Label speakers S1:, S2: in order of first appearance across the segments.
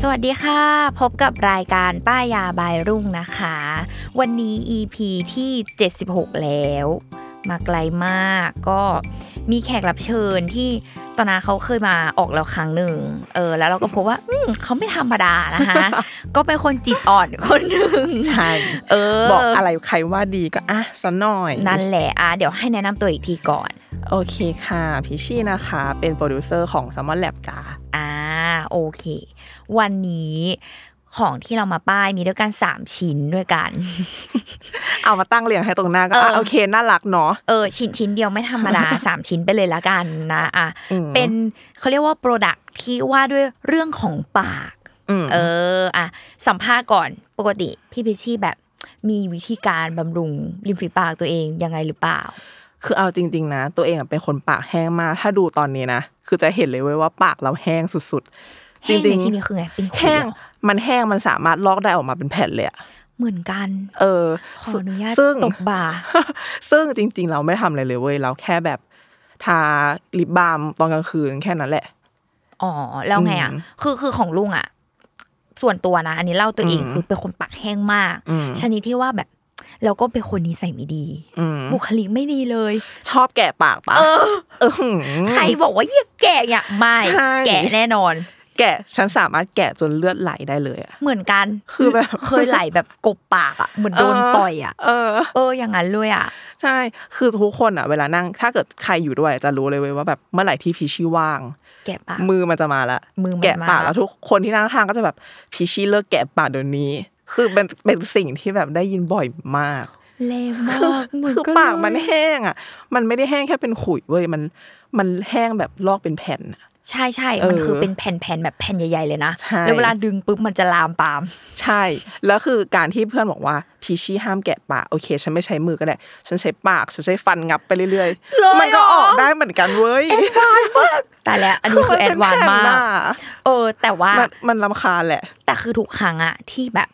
S1: สวัสดีค่ะ พบกับรายการป้ายยาบายรุ่งนะคะ วันนี้ EP ที่ 76 แล้ว มาไกลมากก็มีแขกรับเชิญที่ตอนนั้นเขาเคยมาออกแล้วครั้งหนึ่งเออ แล้วเราก็พบว่าอืมเขาไม่ธรรมดานะคะ ก็เป็นคนจิตอ่อนคนหนึ่ง
S2: ใช่
S1: เออ
S2: บอกอะไรใครว่าดีก็อ่ะสะหน่อย
S1: นั่นแหละอ่ะเดี๋ยวให้แนะนำตัวอีกทีก่อน
S2: โอเคค่ะ พิชชี่นะคะ เป็นโปรดิวเซอร์ของ s ซ l m o n Lab จ้า
S1: อ่าโอเค วันนี้ของที่เรามาป้ายมีด้วยกัน 3 ชิ้นด้วยกัน
S2: เอามาตั้งเรียงให้ตรงหน้าก็
S1: เอออ่
S2: อ่ะโอเค น่ารักเนาะ
S1: เออชิ้นชิ้นเดียวไม่ธรรมดา 3 ชิ้นไปเลยละกันนะอ่ะ
S2: อืม
S1: เป็นเขาเรียกว่าโปรดักที่ว่าด้วยเรื่องของปาก
S2: อืม
S1: เอออ่ะสัมภาษณ์ก่อนปกติพี่พิชชี่แบบมีวิธีการบำรุงริมฝีปากตัวเองยังไงหรือเปล่า
S2: คือเอาจริง ๆ นะ ตัวเองอ่ะเป็นคนปากแห้งมาก ถ้าดูตอนนี้นะ คือจะเห็นเลยเว้ยว่าปากเราแห้งสุดๆ จ
S1: แห้ง
S2: ริ
S1: ใน
S2: ง
S1: ที่นี้คือไงเป็นขุย
S2: แห้ง
S1: เหรอ
S2: มันแห้งมันสามารถลอกได้ออกมาเป็นแผ่นเลยอะ
S1: เหมือนกัน
S2: เออ
S1: ขออนุญาต
S2: ซึ่ง
S1: ตบบ่า
S2: ซึ่งจริง ๆ เราไม่ทำอะไรเลยเว้ยเราแค่แบบทาลิปบาล์มตอนกลางคืนแค่นั้นแหละ
S1: อ๋อแล้วไงอ่ะ
S2: อืม
S1: คือคือของลุงอ่ะ ส่วนตัวนะ อันนี้เล่าตัวเอง
S2: อืม
S1: คือเป็นคนปากแห้งมาก
S2: อืม
S1: ชนิดที่ว่าแบบเราก็เป็นคนนิสัยไม่ดี
S2: อืม
S1: บุคลิกไม่ดีเลย
S2: ชอบแกะปากปะ
S1: เออ
S2: เออหือ
S1: ใครบอกว่าเยี่ยแก่เนี่ยไม่
S2: ใช่
S1: แก่แน่นอน
S2: แกะฉันสามารถแกะจนเลือดไหลได้เลยอะ
S1: เหมือนกัน
S2: คือแบบ
S1: เคยไหลแบบกบปากอ่ะเหมือนโดนต่อยอ่ะ
S2: เออ
S1: เอออย่างนั้นเลยอ่ะ
S2: ใช่ คือทุกคนอะเวลานั่ง ถ้าเกิดใครอยู่ด้วยจะรู้เลยเว้ยว่าแบบเมื่อไหร่ที่พีชี่ว่าง
S1: แก่ปาก
S2: มือมันจะมาละ
S1: มือมัน
S2: แกะปาก
S1: มา
S2: แล้วทุกคนที่นั่งข้างก็จะแบบพีชี่เลิกแกะปากเดี๋ยวนี้ คือเป็นเป็นสิ่งที่แบบได้ยินบ่อยมาก
S1: แรงมาก เหมือน
S2: คือ
S1: ก็
S2: ปากมัน
S1: เลย
S2: แห้งอะมันไม่ได้แห้งแค่เป็นขุยเว้ยมัน มันแห้งแบบลอกเป็นแผ่นอะ
S1: ใช่ใช่
S2: เออ
S1: มันคือเป็นแผ่นๆแบบแผ่นใหญ่ๆเลยนะ
S2: ใช่
S1: แล้วเวลาดึงปุ๊บมันจะลามปาม
S2: ใช่ แล้วคือการที่เพื่อนบอกว่าพีชี่ห้ามแกะปากโอเค ฉันไม่ใช้มือก็ได้ ฉันใช้ปาก ฉันใช้ฟันงับไปเรื่อย
S1: เหรอ
S2: มันก็ออกได้เหมือนกันเว้ย
S1: แต่แล้วอันนี้คือแอ
S2: มัเป็
S1: ดวานซ์
S2: แผ่
S1: มา
S2: ห
S1: ก เออ แต่ว่า
S2: มันมันลำคาญแหละ
S1: แต่คือทุกครั้งอะที่แบบ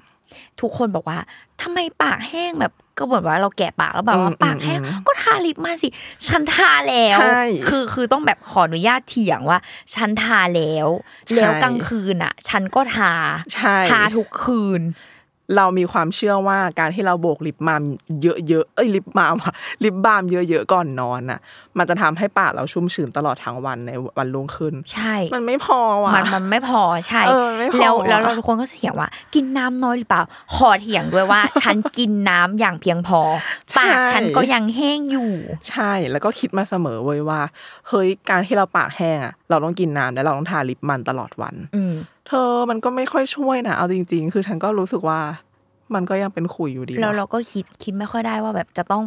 S1: ทุกคนบอกว่าทำไมปากแห้งแบบก็เหมือนว่าเราแกะปากแล้วแบบว่า
S2: อืม
S1: ปากแห้ง
S2: อืมอืม
S1: ก็ทาลิปมาสิ ฉันทาแล้ว
S2: ใช่
S1: คือคือต้องแบบขออนุญาตเถียงว่า ฉันทาแล้ว
S2: ใช่
S1: แล้วกลางคืนอะฉันก็ทา
S2: ใช่
S1: ทาทุกคืน
S2: เรามีความเชื่อว่าการที่เราโบกลิปมามเยอะๆเอ้ยลิปมามอะ ลิปบามเยอะๆก่อนนอนน่ะ มันจะทำให้ปากเราชุ่มชื้นตลอดทั้งวันในวันรุ่งขึ้น
S1: ใช่
S2: มันไม่พอว่ะ
S1: มันมันไม่พอใช่
S2: เออไม่พอ
S1: แล้ว
S2: อะ
S1: แล้วเราทุกคนก็จะเถียงว่า กินน้ำน้อยหรือเปล่า ขอเถียงด้วยว่า ฉันกินน้ำอย่างเพียงพอ ปากฉันก็ยังแห้งอยู่
S2: ใช่แล้วก็คิดมาเสมอเว้ยว่า เฮ้ยการที่เราปากแห้งอะเราต้องกินน้ำและเราต้องทาลิปมันตลอดวัน
S1: อืม
S2: เธอมันก็ไม่ค่อยช่วยนะเอาจริง ๆ คือฉันก็รู้สึกว่า มันก็ยังเป็นขุยอยู่ดี
S1: แล้ว
S2: วะ
S1: เราก็คิดคิดไม่ค่อยได้ว่าแบบจะต้อง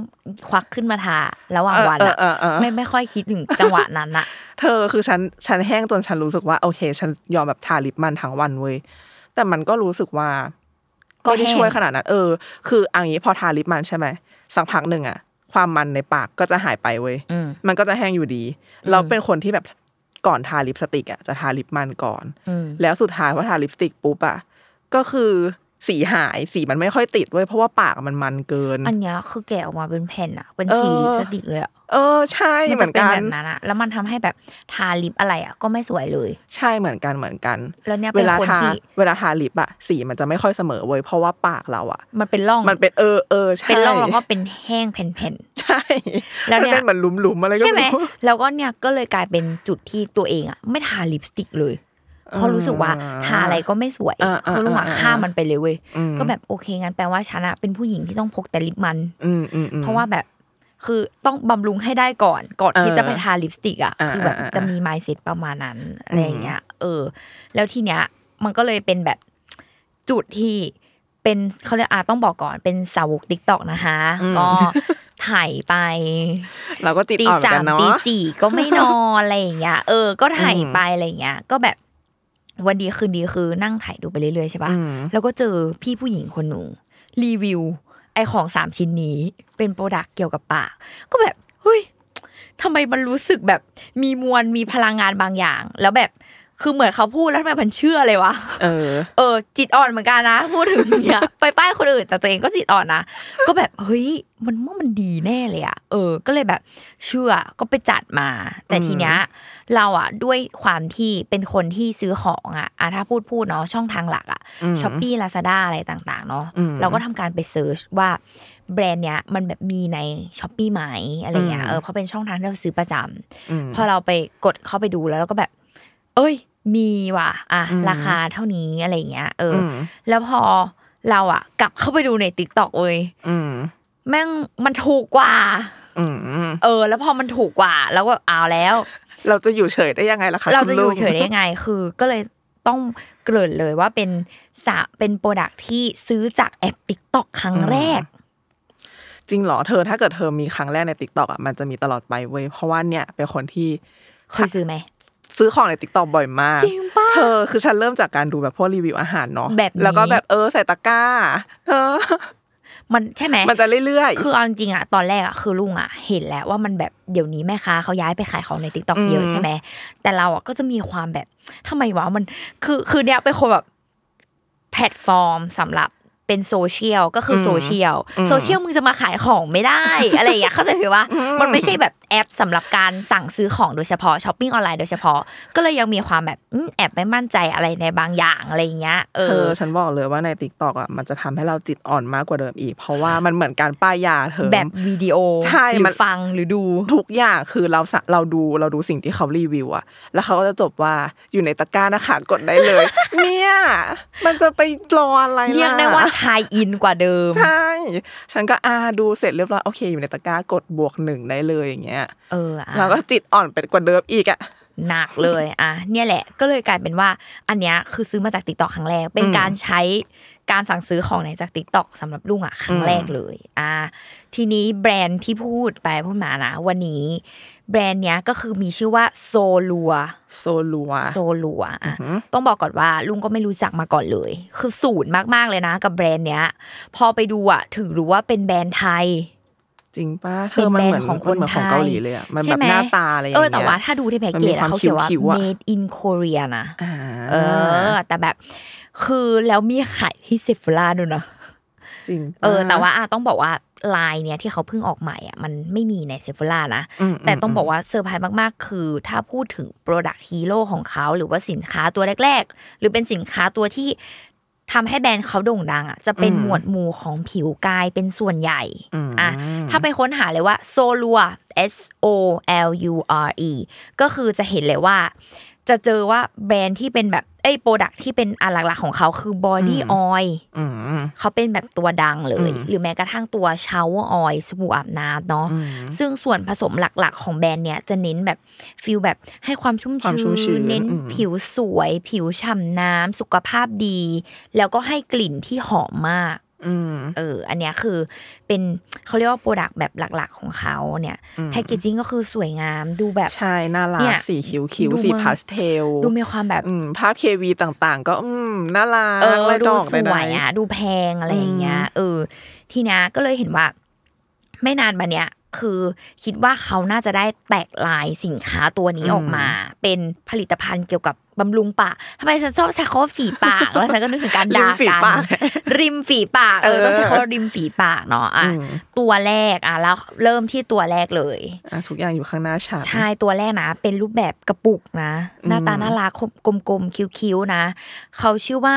S1: ควักขึ้นมาทาระหว่างวัน
S2: เออ
S1: อะ
S2: เออเออเออ
S1: ไม่ไม่ค่อยคิดถึงจังหวะนั้นอะ
S2: เธอคือฉันฉันแห้งจนฉันรู้สึกว่าโอเค ฉันยอมแบบทาลิปมันทั้งวันเว้ยแต่มันก็รู้สึกว่า
S1: ก็
S2: ไม่ได้
S1: แห้ง
S2: ช่วยขนาดนั้นเออ คือเอันนี้พอทาลิปมันใช่ไหมสักพักหนึ่งอะความมันในปากก็จะหายไปเว้ย
S1: อืม
S2: มันก็จะแห้งอยู่ดี
S1: ม
S2: เราเป็นคนที่แบบก่อนทาลิปสติกอะจะทาลิปมันก่อน
S1: อืม
S2: แล้วสุดท้ายพอทาลิปสติกปุ๊บอะก็คือ สีหายสีมันไม่ค่อยติดเว้ยเพราะว่าปากมันมันเกิน
S1: อันเนี้ยคือแกะออกมาเป็นแผ่นอะเป็น
S2: เออ
S1: สีลิปสติกเลยอะ
S2: เออใช่
S1: มั
S2: เหมื
S1: จะ
S2: อน
S1: เป็น
S2: กัน
S1: แบบนั้นอะแล้วมันทำให้แบบทาลิปอะไรอะก็ไม่สวยเลย
S2: ใช่เหมือนกันเหมือนกัน
S1: แล้วเนี่ย
S2: เว
S1: เป็น
S2: ลา
S1: คน
S2: ทา
S1: ที่
S2: เวลาทาลิปอะสีมันจะไม่ค่อยเสมอเว้ยเพราะว่าปากเราอะ
S1: มันเป็นร่อง
S2: มันเป็นเออเออใช่
S1: เป็นร่องแล้วก็เป็นแห้งแผ่น
S2: ใช่
S1: แล้วเนี่ย
S2: มันเป็นเหมือนหลุมหลุมๆอะไร
S1: ๆ
S2: ก็
S1: ใช่ไหม
S2: รู้
S1: แล้วก็เนี่ยก็เลยกลายเป็นจุดที่ตัวเองอะไม่ทาลิปสติกเลยเพราะรู้สึกว่าทาอะไรก็ไม่สวย
S2: อ่าอ่า
S1: เขาลงมา
S2: อ่า
S1: ข้ามมันไปเลยเว้ย
S2: อืม
S1: ก็แบบโอเคงั้นแปลว่าฉันอะเป็นผู้หญิงที่ต้องพกแต่ลิปมัน
S2: อืมอืมอืม
S1: เพราะว่าแบบคือต้องบำรุงให้ได้ก่อนก่อนที่
S2: เออ
S1: จะไปทาลิปสติกอ่ะ
S2: อ่า
S1: คือแบบ
S2: อ่าอ่า
S1: จะมีไมซ์เซ็ตประมาณนั้นอะไรอย่างเงี้ยเออ แล้วทีเนี้ยมันก็เลยเป็นแบบจุดที่เป็นเขาเรียกอาต้องบอกก่อนเป็นสาวกติ๊กตอกนะคะก็ถ่ายไป
S2: เราก็จิต
S1: ตี
S2: อ่อนเหมือ
S1: สานม
S2: กันเนาะ
S1: ตี สี่ก็ไม่นอน อะไรอย่างเงี้ยเออ ก็ถ่ายไปอะไรอย่างเงี้ย ก็แบบวันดีคืนดีคือนั่งถ่ายดูไปเรื่อยๆใช่ปะ
S2: อืม
S1: แล้วก็เจอพี่ผู้หญิงคนหนึ่งรีวิว ไอของสามชิ้นนี้เป็นโปรดักต์เกี่ยวกับปาก ก็แบบเฮ้ยทำไมมันรู้สึกแบบมีมวลมีพลังงานบางอย่าง แล้วแบบคือเหมือนเขาพูดแล้วทำไมมันเชื่อเลยวะ
S2: เออ
S1: เออจิตอ่อนเหมือนกันนะ พูดถึงเนี่ย ไปป้ายคนอื่น แต่ตัวเองก็จิตอ่อนนะ ก็แบบเฮ้ยมันว่ามันดีแน่เลยอะเออ ก็เลยแบบเชื่อก็ไปจัดมา แต่ทีเนี้ยเราอะด้วยความที่เป็นคนที่ซื้อของอะอะถ้าพูดพูดเนาะช่องทางหลักอะ
S2: อืม
S1: ช้อปปี้ลาซาด้าอะไรต่างๆเนาะ
S2: อืม
S1: เราก็ทำการไปเซิร์ชว่าแบรนด์เนี้ยมันแบบมีในช้อปปี้ไหมอะไรเงี้ย
S2: อืม
S1: เออเพราะเป็นช่องทางที่เราซื้อประจำ
S2: อืม
S1: พอเราไปกดเข้าไปดูแล้วเราก็แบบ เอ้ย มีว่ะ อ่ะ
S2: อืม
S1: ราคาเท่านี้อะไรอย่างเงี้ย เอออ
S2: ม
S1: แล้วพอเราอ่ะ กลับเข้าไปดูในติ๊กต็อกเว้ย
S2: อืม
S1: แม่งมันถูกกว่า
S2: อืม
S1: เออ แล้วพอมันถูกกว่า แล้วก็เอาแล้ว
S2: เราจะอยู่เฉยได้ยังไงล่ะคะ
S1: เราจะอ
S2: คุณลุ
S1: ยู่
S2: ง
S1: เฉยได้ยังไง คือก็เลยต้องเกริ่นเลยว่าเป็นสะเป็นโปรดักที่ซื้อจากแอปติ๊กต็อกครั้งแรก
S2: จริงเหรอเธอถ้าเกิดเธอมีครั้งแรกในติ๊กต็อกอ่ะมันจะมีตลอดไปเว้ยเพราะว่าเนี่ยเป็นคนที่
S1: เคยซื้อไหม
S2: ซื้อของในติ๊กต็อกบ่อยมาก
S1: จริงปะ
S2: เธอคือฉันเริ่มจากการดูแบบพวกรีวิวอาหารเนาะ
S1: แบบนี้
S2: แล้วก็แบบเออใส่ตะกร้าเอ อ
S1: มันใช่ไหม
S2: มันจะเรื่อย
S1: คือเอาจริงๆอะตอนแรกอะคือลุงอะเห็นแล้วว่ามันแบบเดี๋ยวนี้แม่ค้าเขาย้ายไปขายของในติ๊กต็อก
S2: อืม
S1: เยอะใช่ไหมแต่เราอะก็จะมีความแบบทำไมวะมันคือคือเนี่ยเป็นคนแบบแพลตฟอร์มสำหรับเป็นโซเชียลก็คือโซเชียลโซเชียลมึงจะมาขายของไม่ได้ อะไรอย่างเงี้ยเข้าใจผิดว่ามันไม่ใช่แบบแอปสำหรับการสั่งซื้อของโดยเฉพาะช้อปปิ้งออนไลน์โดยเฉพาะ ก็เลยยังมีความแบบอืมแอบไม่มั่นใจอะไรในบางอย่างอะไรอย่างเงี้ยเอ
S2: ๆเธ
S1: อ
S2: อฉันบอกเลยว่าในติ๊กต็อกอ่ะมันจะทำให้เราจิตอ่อนมากกว่าเดิมอีก เพราะว่ามันเหมือนการป้ายยาเธอ
S1: แบบวิดีโอ
S2: ใช่
S1: หรื
S2: มั
S1: อน ฟังหรือดู
S2: ทุกอย่างคือเราสะเราดูเราดูสิ่งที่เขารีวิวอะแล้วเขาก็จะจบว่าอยู่ในตะกร้านะคะกดได้เลย เนี่ยมันจะไปรออะไรล่ะ
S1: เรียกได้ว่าทายอินกว่าเดิม
S2: ใช่ ฉันก็อ่าดูเสร็จเรียบร้อยโอเค อยู่ในตะกร้ากดบวกหนึ่งได้เลยอย่างเงี้ย
S1: เอออ่ะ
S2: แล้วก็จิตอ่อนไปกว่าเดิมอีกอ่ะ
S1: หนักเลย อ่ะเนี่ยแหละก็เลยกลายเป็นว่าอันเนี้ยคือซื้อมาจากติ๊กต็อกครั้งแรก เป็น
S2: อืม
S1: การใช้การสั่งซื้อของในจากติ๊กต็อกสำหรับลุงอ่ะครั้ง
S2: อืม
S1: แรกเลยอ่ะทีนี้แบรนด์ที่พูดไปพูดมานะวันนี้ แบรนด์เนี้ยก็คือมีชื่อว่าโซลัว
S2: โซลัว
S1: โซลัวอ่ะต้องบอกก่อนว่าลุงก็ไม่รู้จักมาก่อนเลย คือศูนย์มากๆเลยนะ กับแบรนด์เนี้ย พอไปดูอ่ะถึงรู้ว่าเป็นแบรนด์ไทย
S2: จริงป้าเธ
S1: เป็
S2: อนมัน
S1: แบร
S2: เห
S1: น
S2: มือน
S1: ด์ของคน
S2: เหมือน
S1: ไท
S2: ของ
S1: ย
S2: เกาหลีเลยอ่ะมัน
S1: ใช่
S2: แบบ
S1: ไห
S2: หน้าตาอะไรอย่าง
S1: เอ
S2: เงี้
S1: อย แต่ว่าถ้าดูที่แพ็กเกจอะ
S2: มันมี
S1: เขาเขียนว่า
S2: คิ้ๆอะ
S1: made in Korea นะ
S2: อ่า
S1: เออ แต่แบบคือแล้วมีขายที่เซฟล่าด้วยนะ
S2: จริง
S1: เออ
S2: ปะ
S1: แต่ว่าอะต้องบอกว่าลายเนี้ยที่เขาเพิ่งออกใหม่อ่ะมันไม่มีในเซฟล่านะ
S2: อืม
S1: แต่ต้องบอกว่าเซอร์ไพรส์มากๆ คือ ถ้าพูดถึงโปรดักต์ฮีโร่ของเขาหรือว่าสินค้าตัวแรก ๆ หรือเป็นสินค้าตัวที่ทำให้แบรนด์เขาโด่งดังอ่ะจะเป็นหมวดหมู่ของผิวกายเป็นส่วนใหญ่อ่ะถ้าไปค้นหาเลยว่า Solure S O L U R E ก็คือจะเห็นเลยว่า จะเจอว่าแบรนด์ที่เป็นแบบเอ้ยโปรดักที่เป็นอันหลักๆของเขาคือ Body Oil
S2: อืม
S1: เขาเป็นแบบตัวดังเลย
S2: อืม
S1: หรือแม้กระทั่งตัวชาวออยสบู่อาบน้ำเนาะซึ่งส่วนผสมหลักๆ ของแบรนด์เนี้ยจะเน้นแบบฟิลแบบให้ความชุ่ม
S2: ความชุ่มชื้น
S1: เน้น
S2: อืม
S1: ผิวสวย ผิวฉ่ำน้ำสุขภาพดี แล้วก็ให้กลิ่นที่หอมมาก
S2: อืม
S1: เออ อันเนี้ยคือเป็นเขาเรียกว่าโปรดักต์แบบหลักๆของเขาเนี่ย
S2: อืม
S1: แพคเกจิ้งก็คือสวยงามดูแบบ
S2: ใช่น่ารั
S1: เนี่
S2: ก
S1: ย
S2: สีคิ้วคิ้ว
S1: ดู
S2: สี
S1: มัน
S2: พาสเทล
S1: ดูมีความแบบ
S2: อืมภาพเควีต่างๆ ก็อืมน่ารัก
S1: เออ
S2: ไล่
S1: ดู
S2: ดอก
S1: ส
S2: ได้
S1: วยอ่ะดูแพงอะไรอย่างเงี้ยเออ ทีเนี้ยก็เลยเห็นว่า ไม่นานมาเนี้ย คือคิดว่าเขาน่าจะได้แตกลายสินค้าตัวนี้ออกมา เป็นผลิตภัณฑ์เกี่ยวกับบำรุงปากทำไมฉันชอบใช้คำว่าฝีปาก แล้วฉันก็นึกถึงการด่า
S2: ริมฝี
S1: กั
S2: ปาก
S1: นริมฝีปากเออ
S2: เออ
S1: ต้องใช้คำว่าริมฝีปากเนาะอ่ะตัวแรกอ่ะแล้วเริ่มที่ตัวแรกเลย
S2: อ่ะทุกอย่างอยู่ข้างหน้าฉัน
S1: ใช่ตัวแรกนะ เป็นรูปแบบกระปุกนะ หน้าตาน่ารักคมกลมๆ คิ้วๆ นะ เขาชื่อว่า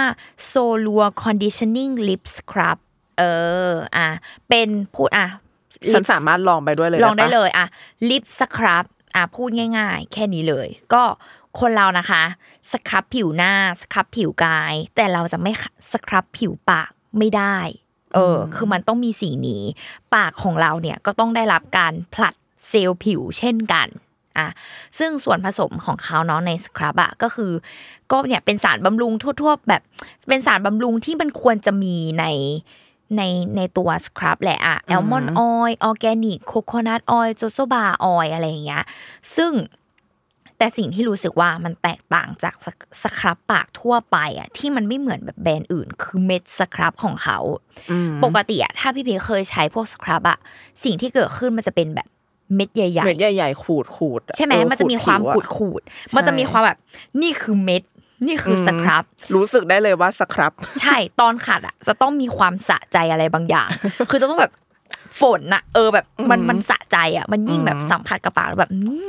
S1: s o l u a Conditioning Lip Scrub เออ อ่ะ เป็นพูดอ่ะ
S2: ฉันสามารถลองไปด้วยเลย
S1: ลองได้
S2: ปะ
S1: เลยอ่ะลิปสครับอ่ะพูดง่าย ๆ แค่นี้เลย ก็คนเรานะคะสครับผิวหน้าสครับผิวกาย แต่เราจะไม่สครับผิวปากไม่ได้เอออคือมันต้องมีสีนี้ปากของเราเนี่ยก็ต้องได้รับการผลัดเซลล์ผิวเช่นกันอ่ะซึ่งส่วนผสมของเขาเนาะในสครับอ่ะก็คือ ก็เนี่ยเป็นสารบำรุงทั่ว ๆ แบบเป็นสารบำรุงที่มันควรจะมีใน ในในตัวสครับแหละอะแอลมอนด์ออยออแกนิกโคโคนัทออยโจโซบาออยอะไรอย่างเงี้ยซึ่งแต่สิ่งที่รู้สึกว่ามันแตกต่างจากสสครับปากทั่วไปอะที่มันไม่เหมือนแบบแบรนด์อื่น คือเม็ดสครับของเขา ปกติอะถ้าพี่เพเคยใช้พวกสครับอะสิ่งที่เกิดขึ้นมันจะเป็นแบบเม็ดใหญ่ๆ
S2: เม็ดใหญ่ๆขูดขูดอ
S1: ใช่ไหม
S2: เออ
S1: มันจะมีความขูด
S2: ผิวอะ
S1: ขูดๆมันจะมีความแบบนี่คือเม็ด นี่คืออ
S2: ม
S1: สครับ
S2: รู้สึกได้เลยว่าสครับ
S1: ใช่ตอนขัดอ่ะ จะต้องมีความสะใจอะไรบาง อย่าง คือจะต้องแบบฝนน่ะ เออแบบมันมันสะใจอ่ะ มันยิ่งแบบสัมผัสกับปากแล้วแบบอืม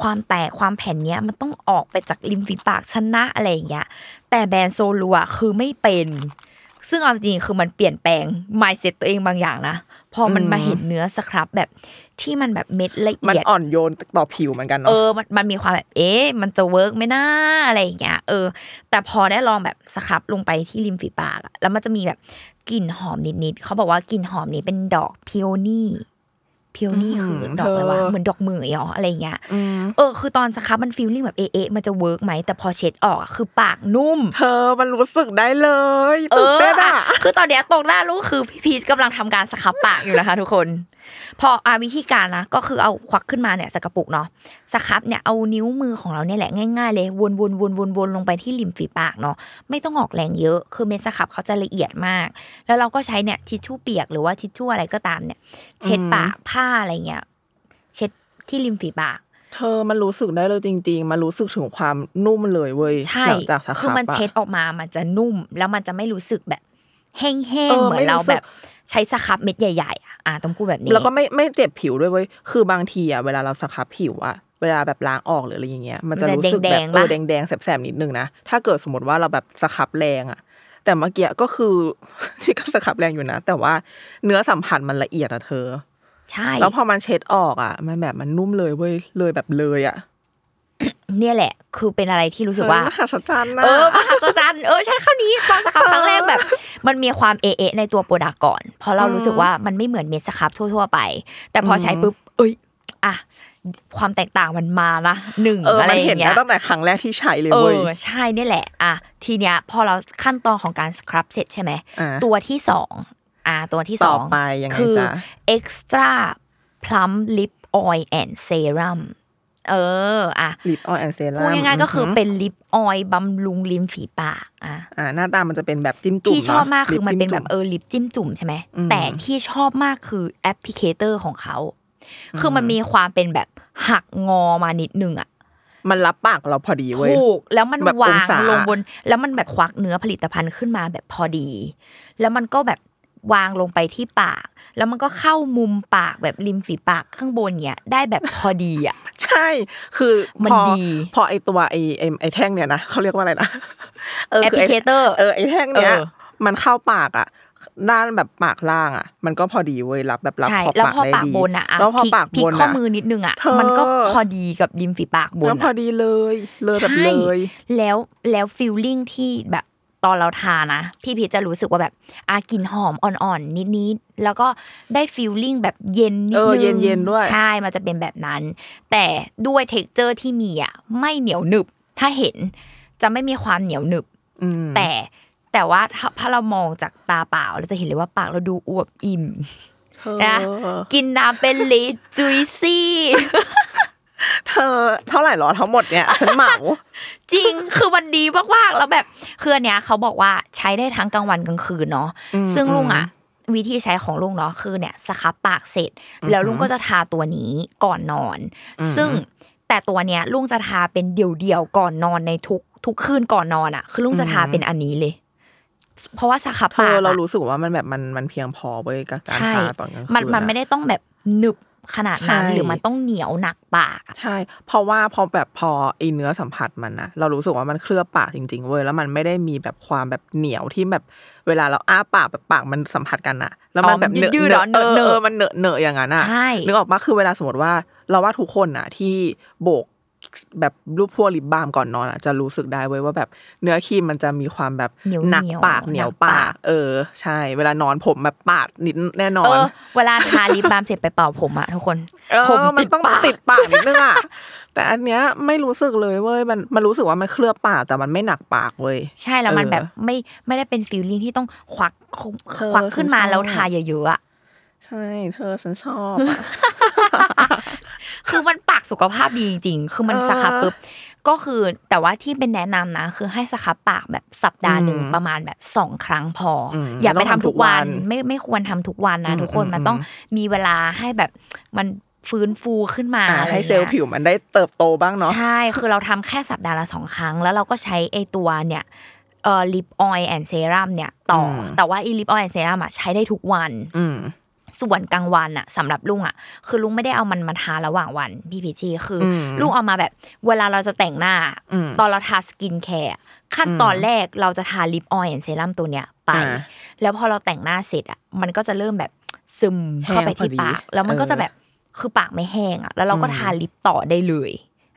S1: ความแตกความแผ่นเนี้ยมันต้องออกไปจากริมฝีปากชนะอะไรอย่างเงี้ยแต่แบรนด์โซลัวคือไม่เป็น ซึ่งเอาจริงๆคือมันเปลี่ยนแปลง mindset ตัวเองบางอย่างนะพอมันมาเห็นเนื้อสครับแบบที่มันแบบเม็ดละ
S2: มัน
S1: เอียด
S2: อ่อนโยนต่อผิวเหมือนกัน
S1: เอ
S2: เนาะ
S1: อ มันมันมีความแบบ เอ๊ะ มันจะเวิร์กไหมนะอะไรอย่างเงี้ย เออ แต่พอได้ลองแบบสครับลงไปที่ริมฝีปากอะแล้วมันจะมีแบบกลิ่นหอมนิดๆ เขาบอกว่ากลิ่นหอมนี้เป็นดอกพิโอนี่พิโอนี่คือดอกอะไรวะ
S2: เธอ
S1: เหมือนดอกเหมยอ๋ออะไรอย่างเงี้ย เออ คือตอนสครับมันฟีลลิ่งแบบเอ๊ะเอ๊ะมันจะเวิร์กไหม แต่พอเช็ดออกอะคือปากนุ่ม
S2: เธอมันรู้สึกได้เลย
S1: เอ
S2: ตื่น
S1: อ
S2: เต้น
S1: อ่ะ
S2: อ่ะ
S1: คือตอนเนี้ยตรงหน้าลูกคือพี่พีชกำลังทำการสครับปากอยู่นะคะ ทุกคน พออาวิธีการนะก็คือเอาควักขึ้นมาเนี่ยจากกระปุกเนาะสครับเนี่ยเอานิ้วมือของเราเนี่ยแหละง่ายๆเลยวนวนวนวนวนลงไปที่ริมฝีปากเนาะไม่ต้องออกแรงเยอะ คือเม็ดสครับเขาจะละเอียดมาก แล้วเราก็ใช้เนี่ยทิชชู่เปียกหรือว่าทิชชู่อะไรก็ตามเนี่ย เช็ดปากผ้าอะไรเงี้ยเช็ดที่ริมฝีปาก
S2: เธอมันรู้สึกได้เลยจริง ๆ มันรู้สึกถึงความนุ่มเลยเว้ย
S1: ใช่
S2: หลังจากสครับ
S1: คือมัน
S2: อะ
S1: เช็ดออกมา มันจะนุ่ม แล้วมันจะไม่รู้สึกแบบแห้งๆ
S2: เออ
S1: เหมือ
S2: ไม่
S1: นเรา
S2: รู้สึก
S1: แบบใช้สครับเม็ดใหญ่ๆอ่ะอ่ะต้องพูดแบบนี้
S2: แล้วก็ไม่ไม่เจ็บผิวด้วยเว้ย คือบางทีอ่ะเวลาเราสครับผิวอ่ะ เวลาแบบล้างออกหรืออะไรอย่างเงี้ย มันจะ
S1: มันจะ
S2: รู้สึกแบบ
S1: แดงๆ
S2: เอ
S1: ปะ
S2: อแดงๆแสบๆนิดนึงนะ ถ้าเกิดสมมติว่าเราแบบสครับแรงอ่ะ แต่เมื่อกี้ก็คือ ที่ก็สครับแรงอยู่นะ แต่ว่าเนื้อสัมผัสมันละเอียดอ่ะเธอ
S1: ใช่
S2: แล้วพอมันเช็ดออกอ่ะ มันแบบมันนุ่มเลยเว้ย เลยแบบเลยอ่ะ
S1: เนี่ยแหละ คือเป็นอะไรที่รู้สึกว่า
S2: เออมหัศจรรย์นะ
S1: เออมหัศจรรย์เออใช่คำนี้ตอนสครับครั้งแรกแบบ มันมีความเอะๆในตัวโปรดักต์ก่อน เพราะเรารู้สึกว่ามันไม่เหมือนเม็ดสครับทั่วๆไป แต่พอใช้ปุ๊บเอ้ยอ่ะความแตกต่างมันมาละหนึ่ง
S2: เออ
S1: อะไร
S2: มัน
S1: อ
S2: เห็น
S1: ย่างเงี้
S2: นะ
S1: ย
S2: ตั้งแต่ครั้งแรกที่ใช้เลย
S1: เอ
S2: เว้ย
S1: อใช่เนี่ยแหละอ่ะทีเนี้ยพอเราขั้นตอนของการสครับเสร็จใช่ไหม
S2: อ่า
S1: ตัวที่สองอ่าตัวที่สอง
S2: ต่อไปยังไง
S1: คือ
S2: จ๊ะ
S1: extra plum lip oil and serum เอออ่ะ
S2: ลิปออยล์แอนเซรั่ม
S1: พูดง่ายๆก็คือเป็นลิปออยบำรุงริมฝีปากอ่ะ
S2: อ่าหน้าตามันจะเป็นแบบจิ้มจุ่ม
S1: ที่ชอบมาก
S2: ะ
S1: คือมันเป็น
S2: ลิจิ้
S1: แบ
S2: จุ่
S1: บเออลิปจิ้มจุ่มใช่ไหมแต่ที่ชอบมากคือแอปพลิเคเตอร์ของเขา คือมันมีความเป็นแบบหักงอมานิดนึงอ่ะ
S2: มันรับปากเราพอดีเว้ย
S1: ถูกแล้วมัน
S2: แบบ
S1: วา
S2: อง
S1: ง
S2: ศา
S1: ลงบน แล้วมันแบบควักเนื้อผลิตภัณฑ์ขึ้นมาแบบพอดี แล้วมันก็แบบวางลงไปที่ปาก แล้วมันก็เข้ามุมปากแบบริมฝีปากข้างบนเนี่ยได้แบบพอดีอ่ะ
S2: ใช่ คือ
S1: มัน
S2: พอ
S1: ดี
S2: พอไอตัวไอไอ้ไอแท่งเนี่ยนะเขาเรียกว่าอะไร นะคืไ
S1: Applicator
S2: เออไอแท่งเนี้ย
S1: เออ
S2: มันเข้าปากอ่ะด้านแบบปากล่างอ่ะ มันก็พอดีเว้ยรับแบบรับ
S1: ใช่
S2: ขอบ
S1: แล้ว
S2: ปาก
S1: พอ
S2: ได้
S1: ปาก
S2: ดี
S1: บนอ่ะะ
S2: แล้วพอ
S1: พลิ
S2: ปาก
S1: พลิ
S2: บ
S1: ก
S2: น
S1: ข้อมือนิดนึงอ่ะ
S2: เธอ
S1: มันก็พอดีกับริมฝีปากบน
S2: แล้วพอ
S1: อะ
S2: ดีเลย เลยแบบ
S1: ใช่
S2: เลย
S1: แล้วแล้วฟิลลิ่งที่แบบตอนเราทานะ พี่พีชจะรู้สึกว่าแบบอากลิ่นหอมอ่อนๆนิดๆแล้วก็ได้ฟิลลิ่งแบบเย็นนิด
S2: เออ
S1: นึง
S2: เย็นๆด้วย
S1: ใช่มันจะเป็นแบบนั้น แต่ด้วยเท็กเจอร์ที่มีอ่ะไม่เหนียวหนึบ ถ้าเห็นจะไม่มีความเหนียวหนึบ
S2: อืม
S1: แต่แต่ว่าถ้าถ้าเรามองจากตาเปล่าเราจะเห็นเลยว่าปากเราดูอวบอิ่ม
S2: เธอ
S1: นะกินน้ำเป็นลิตรจุยซี่
S2: เธอเท่าไหร่หรอทั้งหมดเนี่ย ฉัน เหมา
S1: จริง คือมันดีมากๆ แล้วแบบคืออันเนี้ยเขาบอกว่าใช้ได้ทั้งกลางวันกลางคืนเนาะ ซึ่งลุงอ่ะ วิธีใช้ของลุงเนาะคือเนี่ยสครับปากเสร็จ แล้วลุงก็จะทาตัวนี้ก่อนนอน ซึ่งแต่ตัวเนี้ยลุงจะทาเป็นเดี่ยวๆก่อนนอนในทุกทุกคืนก่อนนอนอ่ะ คือลุงจะทาเป็นอันนี้เลย เพราะว่าสครับ
S2: เธ
S1: ปาก
S2: อ
S1: อะ
S2: เรารู้สึกว่ามันแบบมันมันเพียงพอเว้ยกับการ
S1: ใช่
S2: ทาตอนกลางคืน
S1: มันมันไม่
S2: อะ
S1: ได้ต้องแบบหนึบขนาดนั้น
S2: ใช่
S1: หรือมันต้องเหนียวหนักปากอะ
S2: ใช่ เพราะว่าพอแบบพอไอเนื้อสัมผัสมันนะเรารู้สึกว่ามันเคลือบปากจริงๆเว้ยแล้วมันไม่ได้มีแบบความแบบเหนียวที่แบบเวลาเราอ้าปากแบบปากมันสัมผัสกันอะแล้วมันแบบ
S1: ยืดๆเหรอ
S2: เออ
S1: เน
S2: เอ
S1: อะ
S2: อมันเหนอะเนอะอย่างนั้นอะ
S1: ใช่
S2: นึกออกปะคือเวลาสมมติว่าเราว่าทุกคนอะที่โบกแบบรูปพัวลิบบาล์มก่อนนอนอะจะรู้สึกได้เว้ยว่าแบบเนื้อครีมมันจะมีความแบบ
S1: เหนียวๆ
S2: หนักปา
S1: ห
S2: ก
S1: นัก
S2: เหนียวปา
S1: ปาก ก
S2: เออ ใช่ เวลานอนผมแบบปาดนิดแน่นอน
S1: เออ เวลาทาลิปบาล์มเสร็จไปเป่าผมอะทุกคน
S2: เออ
S1: ผม
S2: มั
S1: ติด
S2: นต้อง
S1: ปาก
S2: ติดปากนิดนึงอ่ะ แต่อันเนี้ยไม่รู้สึกเลยเว้ยมันมันรู้สึกว่ามันเคลือบปากแต่มันไม่หนักปากเว้ย
S1: ใช่แล้วมัน
S2: เออ
S1: แบบไม่ไม่ได้เป็นฟีลลิ่งที่ต้องควักคง
S2: เออ
S1: ควักขึ้นมา
S2: ฉันชอบ
S1: แล้วทาเยอะๆอ่ะ
S2: ใช่ เธอฉันชอบอะ
S1: คือมันปากสุขภาพดีจริงๆคือมัน
S2: เออ
S1: สครับปุ๊บก็คือแต่ว่าที่เป็นแนะนำนะ คือให้สครับปากแบบสัปดาห์หนึ่ง
S2: อืม
S1: ประมาณแบบสองครั้งพออ
S2: ม
S1: อย่าไปทำทุกวัน
S2: ไม่ต้องทำทุกวัน
S1: ไม่ไม่ควรทำทุกวันนะ
S2: อืม
S1: ทุกคน
S2: อืม
S1: มันต้อง
S2: อื
S1: มีเวลาให้แบบมันฟื้นฟูขึ้นมา
S2: อ่ะ
S1: อะไร
S2: ให้เซลล์
S1: งี้ย
S2: ผิวมันได้เติบโตบ้างเนาะ
S1: ใช่ คือเราทำแค่สัปดาห์ละสองครั้ง แล้วเราก็ใช้ไอตัวเนี่ยเอ่อลิปออยล์แอนเซรัมเนี่ยต่ออ
S2: ม
S1: แต่ว่าไอีลิปออยล์แอนเซรัมอ่ะใช้ได้ทุกวัน
S2: อืม
S1: ส่วนกลางวันอ่ะสำหรับลุงอ่ะ คือลุงไม่ได้เอามันมาทาระหว่างวันพี่พีจีคืออ
S2: ม
S1: ลุงเอามาแบบเวลาเราจะแต่งหน้า
S2: อืม
S1: ตอนเราทาสกินแคร์อะขั้นตอนแรกเราจะทาลิปออยล์แอนเซรัมตัวเนี้ยไป
S2: อ่า
S1: แล้วพอเราแต่งหน้าเสร็จอ่ะมันก็จะเริ่มแบบซึมเข้าไปที่
S2: แห้งพอดี
S1: ปาก แล้วมันก็จะ
S2: เออ
S1: แบบ คือปากไม่แห้งอ่ะแล้วเราก็ทาลิปต่อได้เลย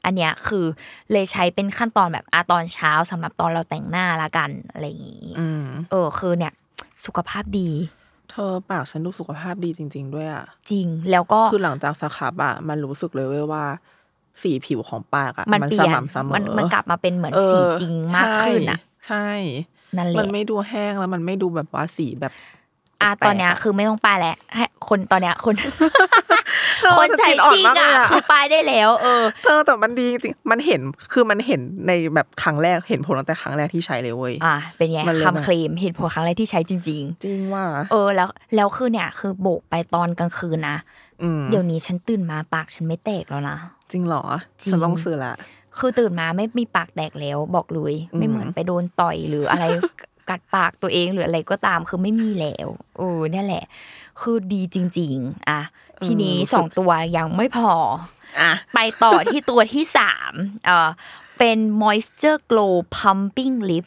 S1: อันเนี้ยคือเลยใช้เป็นขั้นตอนแบบอาตอนเช้าสำหรับตอนเราแต่งหน้าละกันอะไรอย่างงี้
S2: อืม
S1: เออคือเนี่ย สุขภาพดี
S2: เธอปากฉันดูสุขภาพดีจริง ๆ ด้วยอ่ะ
S1: จริงแล้วก็
S2: คือหลังจากสครับอ่ะมันรู้สึกเลยเว้ยว่า สีผิวของปากอ่ะ
S1: มันเปลี่
S2: ส
S1: ยน
S2: ม่ำเสมอ
S1: มันมันกลับมาเป็นเหมือน
S2: เออ
S1: สีจริงมากขึ้นอ่ะ
S2: ใช่
S1: นั่น
S2: ใช่
S1: แห
S2: มั
S1: ละ
S2: นไม่ดูแห้งแล้วมันไม่ดูแบบว่าสีแบบ
S1: อ่ะ
S2: แปล
S1: ต
S2: กๆ
S1: อนเนี้ยคือไม่ต้องไปายแล้วให้คนตอนเนี้ยคน
S2: เธอ
S1: คนใช้
S2: จิตอ่อ
S1: จ
S2: น
S1: ริง
S2: มากเล
S1: อ่ะ
S2: ย
S1: คือไปายได้แล้ว เออ
S2: เธอแต่มันดีจริงๆมันเห็นคือมันเห็นในแบบครั้งแรกเห็นผลตั้งแต่ครั้งแรกที่ใช้เลยเว้ย
S1: อ่ะเป็นไง
S2: มันเลย
S1: คำ
S2: แบบ
S1: เคลมเหตุผลครั้งแรกที่ใช้จริง ๆ
S2: จริงว่า
S1: เออแล้วแล้วคือเนี่ยคือโบกไปตอนกลางคืนนะ
S2: อืม
S1: เดี๋ยวนี้ฉันตื่นมาปากฉันไม่แตกแล้วนะ
S2: จริงเหรอ
S1: จริง
S2: ฉันลองซื้อละ
S1: คือตื่นมาไม่มีปากแตกแล้วบอกเลย
S2: อืม
S1: ไม่เหมือนไปโดนต่อยหรือ อะไร กัดปากตัวเองหรืออะไรก็ตามคือไม่มีแล้วเออเนี่ยแหละ คือดีจริง ๆ อ่ะ ทีนี้สองตัวยังไม่พอ
S2: อ่ะ
S1: ไปต่อที่ตัวที่สามเออเป็น moisture glow pumping lip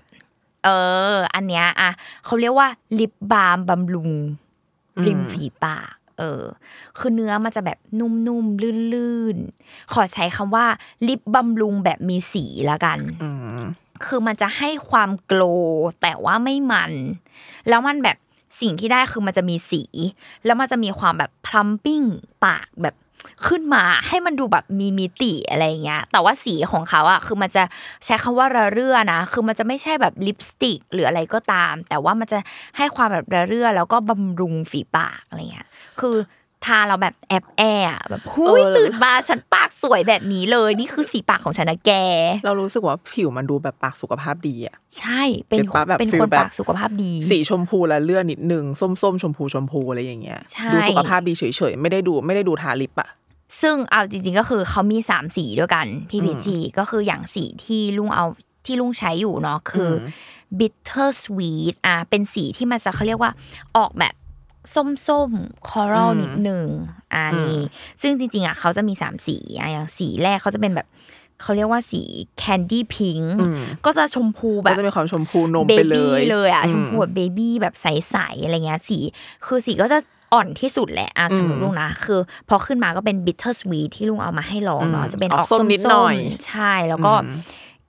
S1: เออ อันเนี้ยอ่ะเขาเรียกว่าลิปบาล์มบำรุงริมฝีปาก เออ คือเนื้อมันจะแบบนุ่มๆ ลื่นๆ ขอใช้คำว่าลิปบำรุงแบบมีสีละกัน
S2: อืม
S1: คือมันจะให้ความโกลว์แต่ว่าไม่มัน แล้วมันแบบสิ่งที่ได้คือมันจะมีสี แล้วมันจะมีความแบบพลัมปิ้งปากแบบขึ้นมาให้มันดูแบบมีมิติอะไรอย่างเงี้ย แต่ว่าสีของเขาอะคือมันจะใช้คำว่าระเรื่อนะ คือมันจะไม่ใช่แบบลิปสติกหรืออะไรก็ตาม แต่ว่ามันจะให้ความแบบระเรื่อแล้วก็บำรุงฝีปากอะไรเงี้ย คือทาเราแบบแอบแอบอะแบบหุย
S2: เออ
S1: ตื่นมาฉันปากสวยแบบนี้เลย นี่คือสีปากของฉันนะแก
S2: เรารู้สึกว่าผิวมันดูแบบปากสุขภาพดีอ่ะ
S1: ใช่ เป็น
S2: เป็นปะแบบ
S1: เป็น
S2: ฟีล
S1: คน
S2: แบบ
S1: ปากสุขภาพดี
S2: สีชมพูและเลือดนิดนึงส้มๆชมพูชมพูอะไรอย่างเงี้ย
S1: ใช่
S2: ดูสุขภาพดีเฉยๆไม่ได้ดูไม่ได้ดูทาลิปอ่ะ
S1: ซึ่งเอาจริงๆก็คือเขามีสามสีด้วยกันพี่
S2: อืม
S1: พีจีก็คืออย่างสีที่ลุงเอาที่ลุงใช้อยู่เนาะคืออ bitter sweet อ่ะเป็นสีที่มันจะเขาเรียกว่าออกแบบส้มๆ coral
S2: อืม
S1: นิดหนึ่งอ่า
S2: อืม
S1: นี่ซึ่งจริงๆอ่ะเขาจะมีสามสีอ่ะอย่างสีแรกเขาจะเป็นแบบเขาเรียกว่าสี candy pink ก็จะชมพูแบ
S2: ก็
S1: บ
S2: จะมีความชมพูนม
S1: เบ
S2: ไปเล
S1: บี้
S2: ย
S1: เลยอ่ะชมพู
S2: อื
S1: แบบเบบี้แบบใสๆอะไรเงี้ยสีคือสีก็จะอ่อนที่สุดแหละอ่ะสมมติ
S2: อืม
S1: ลุงนะคือ พอขึ้นมาก็เป็นบิทเทอร์สวีที่ลุงเอามาให้ลองเนาะ
S2: อืม
S1: จะเป็น
S2: อ
S1: อ
S2: อ
S1: อก ก
S2: ส้
S1: ส้
S2: ม
S1: ม
S2: นิดหน่อย
S1: ใช่แล้วก็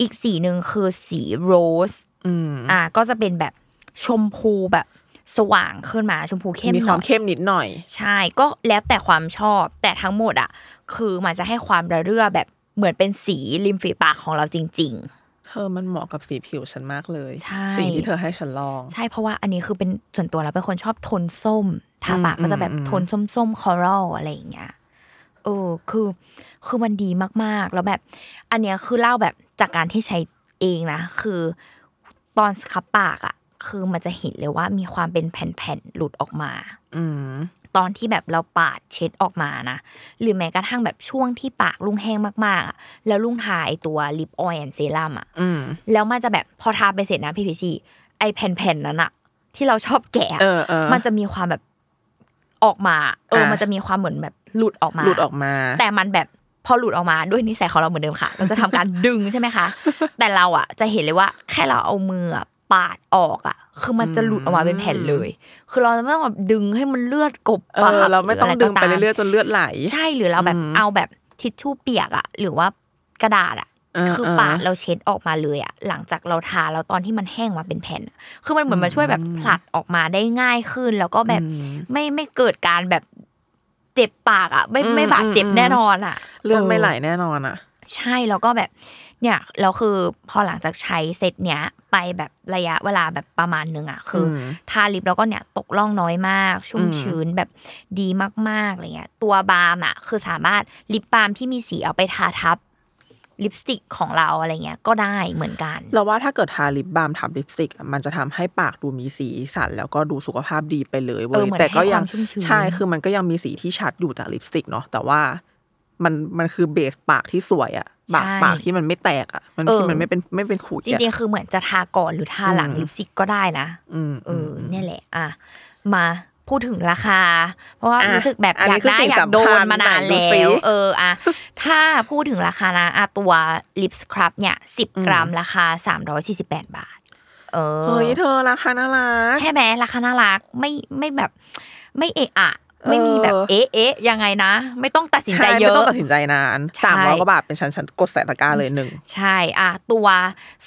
S1: อีกสีหนึ่งคือสีโรส
S2: อืม
S1: อ่ะก็จะเป็นแบบชมพูแบบสว่างขึ้นมาชมพูเข้ม
S2: มี
S1: ห
S2: ควา
S1: น่
S2: ม
S1: อย
S2: เข้มนิดหน่อย
S1: ใช่ก็แล้วแต่ความชอบแต่ทั้งหมดอ่ะคือมันจะให้ความระเรื่อแบบเหมือนเป็นสีริมฝีปากของเราจริง ๆ
S2: เธอมันเหมาะกับสีผิวฉันมากเลย
S1: ใช่
S2: สิ่งที่เธอให้ฉันลอง
S1: ใช่เพราะว่าอันนี้คือเป็นส่วนตัวแล้วเป็นคนชอบโทนส้มทาปาก
S2: อืม
S1: ก็จะแบบ
S2: อืม
S1: โทนส้มๆคอรัลอะไรอย่างเงี้ยเออคือคือมันดีมากๆ แล้วแบบ อันเนี้ยคือเล่าแบบจากการที่ใช้เองนะ คือ ตอนสครับปากอ่ะ คือมันจะเห็นเลยว่ามีความเป็นแผ่นๆหลุดออกมา
S2: อืม
S1: ตอนที่แบบเราปาดเช็ดออกมานะ หรือแม้กระทั่งแบบช่วงที่ปากลุงแห้งมากๆอะแล้วลุงทาไอตัวลิปออยล์แอนเซรั่มอ่ะ
S2: อืม
S1: แล้วมันจะแบบพอทาไปเสร็จนะพี่พีชีไอแผ่นๆนั้นอะที่เราชอบแกะอะ
S2: เออเออ
S1: มันจะมีความแบบออกมาเออ
S2: อ่ะ
S1: มันจะมีความเหมือนแบบหลุดออกมา
S2: หลุดออกมา
S1: แต่มันแบบพอหลุดออกมาด้วยนิสัยของเราเหมือนเดิมค่ะ มันจะทำการ ดึงใช่ไหมคะ แต่เราอ่ะจะเห็นเลยว่าแค่เราเอามืออะปาดออกอ่ะ คือมันจะหลุดออกมาเป็นแผ่นเลย คือเราไม่ต้องแบบดึงให้มันเลือดกบ
S2: เอ
S1: ปาก
S2: อ เราไม่ต้อง
S1: หะก็
S2: ดึงไปเรื่อยๆจนเลือดไหล
S1: ใช่หรือเราแบบ
S2: อืม
S1: เอาแบบทิชชู่เปียกอ่ะ หรือว่ากระดาษอ่ะ
S2: เออ
S1: คือ
S2: เออ
S1: ปาดเราเช็ดออกมาเลยอ่ะ หลังจากเราทาแล้วตอนที่มันแห้งมาเป็นแผ่นอะคือมันเหมือนมันช่วยแบบผลัดออกมาได้ง่ายขึ้น แล้วก็แบบไม่ไม่เกิดการแบบเจ็บปากอ่ะ ไม่ไม่บาดเจ็บแน่นอนอ่ะ
S2: เลือดไม่ไหลแน่นอนอ่ะ
S1: ใช่แล้วก็แบบเนี่ยเราคือพอหลังจากใช้เซตเนี้ยไปแบบระยะเวลาแบบประมาณหนึงอ่ะคืออ
S2: ม
S1: ทาลิปแล้วก็เนี่ยตกล่องน้อยมาก ชุ่ม
S2: อืม
S1: ชื้นแบบดีมากๆอะไรเงี้ยตัวบาล์มอ่ะคือสามารถลิปบาล์มที่มีสีเอาไปทาทับลิปสติกของเราอะไรเงี้ยก็ได้เหมือนกัน
S2: เราว่าถ้าเกิดทาลิปบาล์มทาลิปสติกอะมันจะทำให้ปากดูมีสีสัน แล้วก็ดูสุขภาพดีไปเลยเว้
S1: เอย อเหมือน
S2: แต่ก็
S1: ให้ค
S2: ยั
S1: วามชุ่มชื้น
S2: ใช่คือมันก็ยังมีสีที่ชัดอยู่จากลิปสติกเนาะแต่ว่ามันมันคือเบสปากที่สวยอะปาก
S1: ใช่
S2: ปากที่มันไม่แตกอะมัน
S1: เออ
S2: ที่มันไม่เป็นไม่เป็นขูด
S1: จ
S2: อะ
S1: ริงๆคือเหมือนจะทาก่อนหรือทาหลัง
S2: อืม
S1: ลิปสติกก็ได้นะ
S2: อืม
S1: เอออ
S2: ม
S1: เนี่ยแหละอ่ะมาพูดถึงราคา เพราะว่า
S2: อ่ะ
S1: รู้สึกแบบ
S2: อัน
S1: อยา
S2: นี้
S1: ก
S2: คือ
S1: ได้
S2: สิ่ง
S1: อยากโดน
S2: สำคัญ
S1: มานาน
S2: ไหนดู
S1: แล้
S2: สิ
S1: ว เอออ่ะถ้าพูดถึงราคานะอ่ะตัวลิปสครับเนี่ยสิบ
S2: อืม
S1: กรัมราคาสามร้อยสี่สิบแปดบาท เออ
S2: เฮ้ยเธอราคาน่ารัก
S1: ใช่ไหมราคาน่ารักไม่ไม่แบบ ไม่เอะอะ ไม่มีแบบ
S2: เออ
S1: เอ๊ะเอ๊ะยังไงนะ ไม่ต้องตัดสินใจ
S2: ช่
S1: เย
S2: ไม่ต้
S1: อะ
S2: องตัดสินใจนาน
S1: ใช่
S2: สามร้อยกว่าบาทเป็นชั้นชั้นกดใส่ตะกร้าเลยหนึ่ง
S1: ใช่อ่ะตัว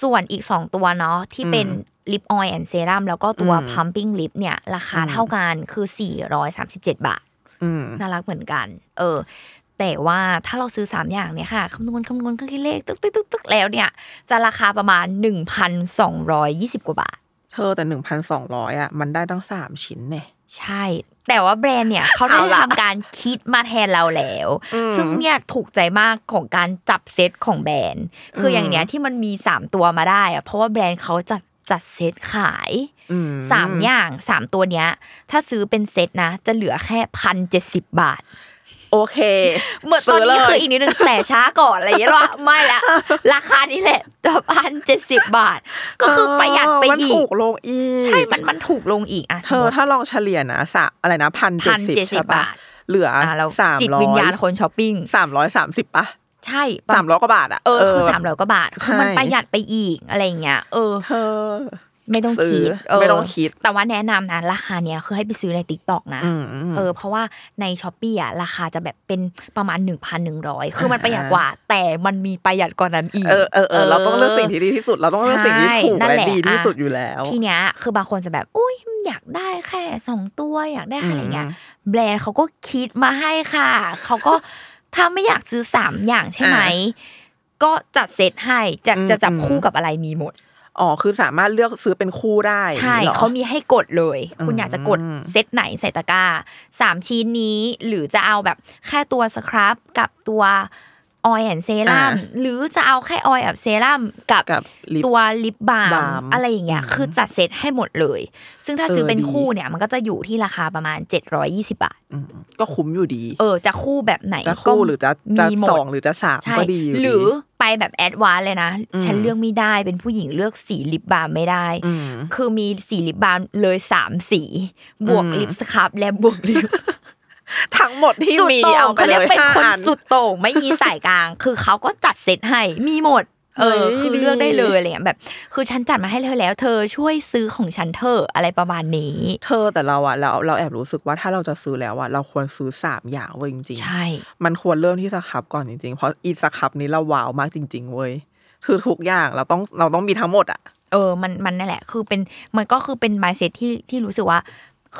S1: ส่วนอีก 2 ตัวเนาะที่เป็นลิปออยล์แอนเซรั่มแล้วก็ตัว
S2: อืม
S1: pumping lip เนี่ยราคาเท่ากันคือ 437 บาท
S2: อืม
S1: น่ารักเหมือนกัน เออ แต่ว่าถ้าเราซื้อ 3 อย่างเนี่ยค่ะคำนวณคำนวณเครื่องคิดเลขตึกตึกตึกตึกแล้วเนี่ย จะราคาประมาณ 1,220 กว่าบาท
S2: เธอแต่หนึ่งพันสองร้อยอ่ะมันได้ตั้งสามชิ้นเนี่ย
S1: ใช่ แต่ว่าแบรนด์เนี่ย เขาได้
S2: เอาล่ะ
S1: ทำการคิดมาแทนเราแล้ว ซึ่งเนี่ยถูกใจมากของการจับเซตของแบรนด์ คืออย่างเนี้ยที่มันมี 3 ตัวมาได้อะเพราะว่าแบรนด์เขาจัดจัดเซตขาย
S2: อืม
S1: สามอย่างสามตัวเนี้ย ถ้าซื้อเป็นเซตนะ จะเหลือแค่พันเจ็ดสิบบาท
S2: โอเค
S1: เหมือนตอน
S2: ซื้
S1: นี้
S2: เล
S1: คือย อีกนิดนึง แต่ช้าก่อนอะไรอย่างเงี้ยหรอไม่ละราคานี้แหละพันเจ็ดสิบบาท ก็คือประหยัดไป
S2: มัน
S1: อี
S2: ถู
S1: ก
S2: กลงอีก
S1: ใช่มันมันถูกลงอีกอ่ะ
S2: เธอถ้าลองเฉลี่ยนะสะอะไรนะพันเจ็
S1: พั
S2: ด
S1: น
S2: สิบ
S1: เจ็ดสิ
S2: ใช่
S1: บ
S2: ปะ
S1: บาท
S2: เหลือ
S1: อ่ะเรา
S2: สาม
S1: จิต
S2: ร้อย
S1: วิญญาณคนช้อปปิ้ง
S2: สามร้อยสามสิบปะ
S1: ใช่
S2: สามร้อยกว่าบาทอ่ะ
S1: เออคือสามร้อยกว่าบาทคือมัน
S2: ใช่
S1: ประหยัดไปอีกอะไรอย่างเงี้ยเออ
S2: เธอ
S1: ไม่ต้องคิด
S2: ซื้อ
S1: เออ
S2: ไม่ต้องคิด
S1: แต่ว่าแนะนำนะราคาเนี้ยคือให้ไปซื้อในติ๊กต็อกนะ
S2: อืม
S1: เออเพราะว่าในช้อปปี้อ่ะราคาจะแบบเป็นประมาณ 1,100 คือมันประหยัดกว่า แต่มันมีประหยัดกว่านั้นอีก
S2: เออเออเออเราต้องเลือกสิ่งที่ดีที่สุด เราต้องเลือกสิ่งที่
S1: ใช่
S2: ถูก
S1: นั่น
S2: และ
S1: แหละ
S2: ดีที่
S1: อ่ะ
S2: สุดอยู่แล้ว
S1: ทีเนี้ยคือบางคนจะแบบอุ้ยอยากได้แค่สองตัวอยากได้แค่อะไรเงี้ย
S2: อืม
S1: แบรนด์เขาก็คิดมาให้ค่ะเขา ก็ ถ้าไม่อยากซื้อสามอย่างใช่ไหม
S2: อ่
S1: ก็จัดเซตให้จะ
S2: อืม
S1: จะจับ
S2: อืม
S1: คู่กับอะไรมีหมด
S2: อ๋อคือสามารถเลือกซื้อเป็นคู่ได้
S1: ใช่
S2: หรอ
S1: เขามีให้กดเลย คุณอยากจะกด
S2: อืม
S1: เซตไหนใส่ตะกร้าสามชิ้นนี้หรือจะเอาแบบแค่ตัวสครับกับตัวออยแอนเซรั่มหรือจะเอาแค่ออยแอบเซรั่มกับ
S2: กับลิป
S1: ตัวลิปบาล์
S2: บาล์
S1: ม
S2: ม
S1: อะไรอย่างเงี้ยคือจัดเซตให้หมดเลย ซึ่งถ้าซื้อ
S2: เออ
S1: เป็น
S2: ดี
S1: คู่เนี่ย มันก็จะอยู่ที่ราคาประมาณ 720 บาท
S2: อืมก็คุ้มอยู่ดี
S1: เออ จะคู่แบบไหน
S2: จะ
S1: ก็
S2: คู่หรือจะจะ
S1: มีหม
S2: ส
S1: ด
S2: องหรือจะสาม
S1: ใช่
S2: ก็ดีอยู่ดี
S1: หรือไปแบบแอดวานเลยนะ
S2: อืม
S1: ฉันเลือกไม่ได้เป็นผู้หญิงเลือกสีลิปบาล์มไม่ได้
S2: อืม
S1: คือมีสีลิปบาล์มเลยสามสี บวก
S2: อืม
S1: ลิปสครับและบวกลิป
S2: ทั้งหมดที่
S1: สุด
S2: มี
S1: โต่ง
S2: เอาไป
S1: เขา
S2: เล
S1: เรียก
S2: ย
S1: เป็น
S2: ห้า
S1: คน
S2: อัน
S1: สุดโต่งไม่มีสายกลาง คือเขาก็จัดเซตให้มีหมด เออ
S2: เฮ้ย
S1: คือเลือกได้เลย
S2: ดี
S1: อะไรเงี้ยแบบ คือฉันจัดมาให้เธอแล้ว เธอช่วยซื้อของฉันเธอะอะไรประมาณนี้
S2: เธอแต่เราอะเราเราแอบรู้สึกว่าถ้าเราจะซื้อแล้วอะเราควรซื้อสามอย่างเว้ยจริง
S1: ใช่
S2: ๆมันควรเริ่มที่สครับก่อนจริงๆ เพราะอีสครับนี้เราว้าวมากจริง ๆเว้ยคือทุกอย่างเราต้องเราต้องมีทั้งหมดอะ
S1: เออ มันมันนั่นแหละ คือเป็นมันก็คือเป็น mindset ที่ที่รู้สึกว่า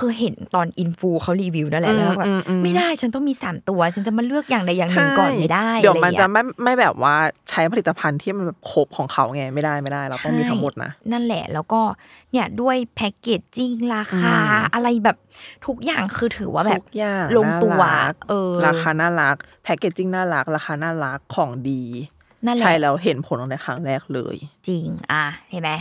S1: คือเห็นตอนอินฟูเขารีวิวนั่นแหละแล้วก็แบบไม่ได้ฉันต้องมีสามตัว ฉันจะมาเลือกอย่างใดอย่างหนึ่งก่อนไม่ได้
S2: เดี๋ยว
S1: อไร
S2: มัน
S1: งี้
S2: จะไม่ไม่แบบว่าใช้ผลิตภัณฑ์ที่มันแบบครบของเขาไงไม่ได้ไม่ได้ เราต้องมีทั้งหมดนะ
S1: ใช่นั่นแหละแล้วก็เนี่ยด้วยแพ็กเกจจิ้งราคา อะไรแบบทุกอย่างคือถือว่าแบบ
S2: ทุกอย่าง
S1: ลงตัว
S2: น่ารัก
S1: เออ
S2: ราคาน่ารัก แพคเกจจิ้งน่ารัก ราคาน่ารักของดี
S1: นั่นแหละ
S2: ใช่แล้วเห็นผลตั้งแต่ครั้งแรกเลย
S1: จริง อ่ะ เห็นไหม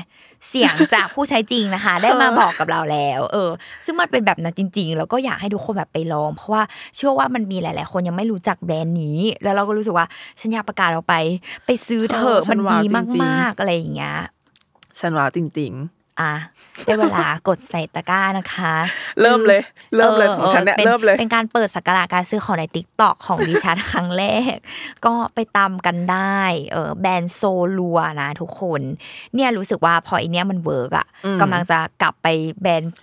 S1: เสียงจากผู้ใช้จริงนะคะ ได้มาบอกกับเราแล้ว เออ ซึ่งมันเป็นแบบนั้นจริง ๆ แล้วก็อยากให้ทุกคนแบบไปลอง เพราะว่าเชื่อว่ามันมีหลาย ๆ คนยังไม่รู้จักแบรนด์นี้ แล้วเราก็รู้สึกว่าฉันอยากประกาศเราไป ไปซื้อเถอะ
S2: เออฉั
S1: มัน
S2: น
S1: ดี
S2: ว้าวจริงๆ
S1: มาก ๆ อะไรอย่างเงี้ย
S2: ฉันว้าวจริง
S1: อ่ะ ได้เวลากดใส่ตะกร้านะคะ
S2: ๆ เริ่มเลย เริ่มเลยของฉันเนี่ย
S1: ป็
S2: เริ่มเลย
S1: เป็นการเปิดสักราการซื้อของในติ๊กต็อกของดิฉัน ครั้งแรก ก็ไปตามกันได้ เออแบรนด์โซลัวนะทุกคน เนี่ยรู้สึกว่าพอไอเนี้ยมันเวิร์กอ่ะ
S2: อืม
S1: กำลังจะกลับไปแบรนด์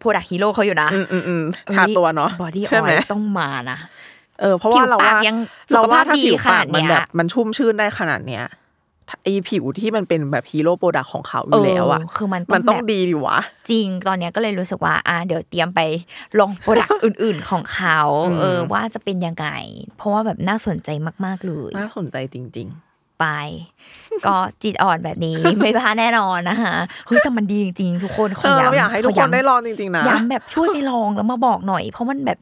S1: โปรดักฮีโร่เขาอยู่นะ
S2: อืมอืมอืมทาตัวเนาะ
S1: บอดี้อ
S2: ใช่
S1: อ
S2: ไหม
S1: ยต้องมานะ
S2: เออเพราะว่า
S1: ผิว
S2: เรา
S1: ปาก
S2: ว่า
S1: ยังสุ
S2: เรา
S1: ขภา
S2: ว่า
S1: พ
S2: ถ้า
S1: ดี
S2: ผิว
S1: ขนา
S2: ปา
S1: ด
S2: ก
S1: เนี้ย
S2: มันแบบมันชุ่มชื่นได้ขนาดเนี้ยไอผิวที่มันเป็นแบบฮีโร่โปรดักของเขาอยู่แล้วอ่ะ
S1: เคือมัน
S2: มันต้อง
S1: แบบ
S2: ดีดิวะ
S1: จริง ตอนเนี้ยก็เลยรู้สึกว่า อ่ะเดี๋ยวเตรียมไปลองโปรดักต์ อื่น ๆ ของเขา
S2: อืม
S1: เออ ว่าจะเป็นยังไง เพราะว่าแบบน่าสนใจมาก ๆ เลย
S2: น่าสนใจจริง
S1: ไป ก็จิตอ่อนแบบนี้ ไม่พลาดแน่นอนนะคะเฮ้ยแต่มันดีจริง ๆ ทุกคน
S2: ๆ
S1: ข
S2: เอ
S1: อย้ำ
S2: อเราอยากให้ทุก
S1: ข
S2: ค
S1: ย้ำ
S2: นได้ลองจริงๆนะ
S1: ย้ำแบบช่วยไปลองแล้วมาบอกหน่อย เพราะมันแบบ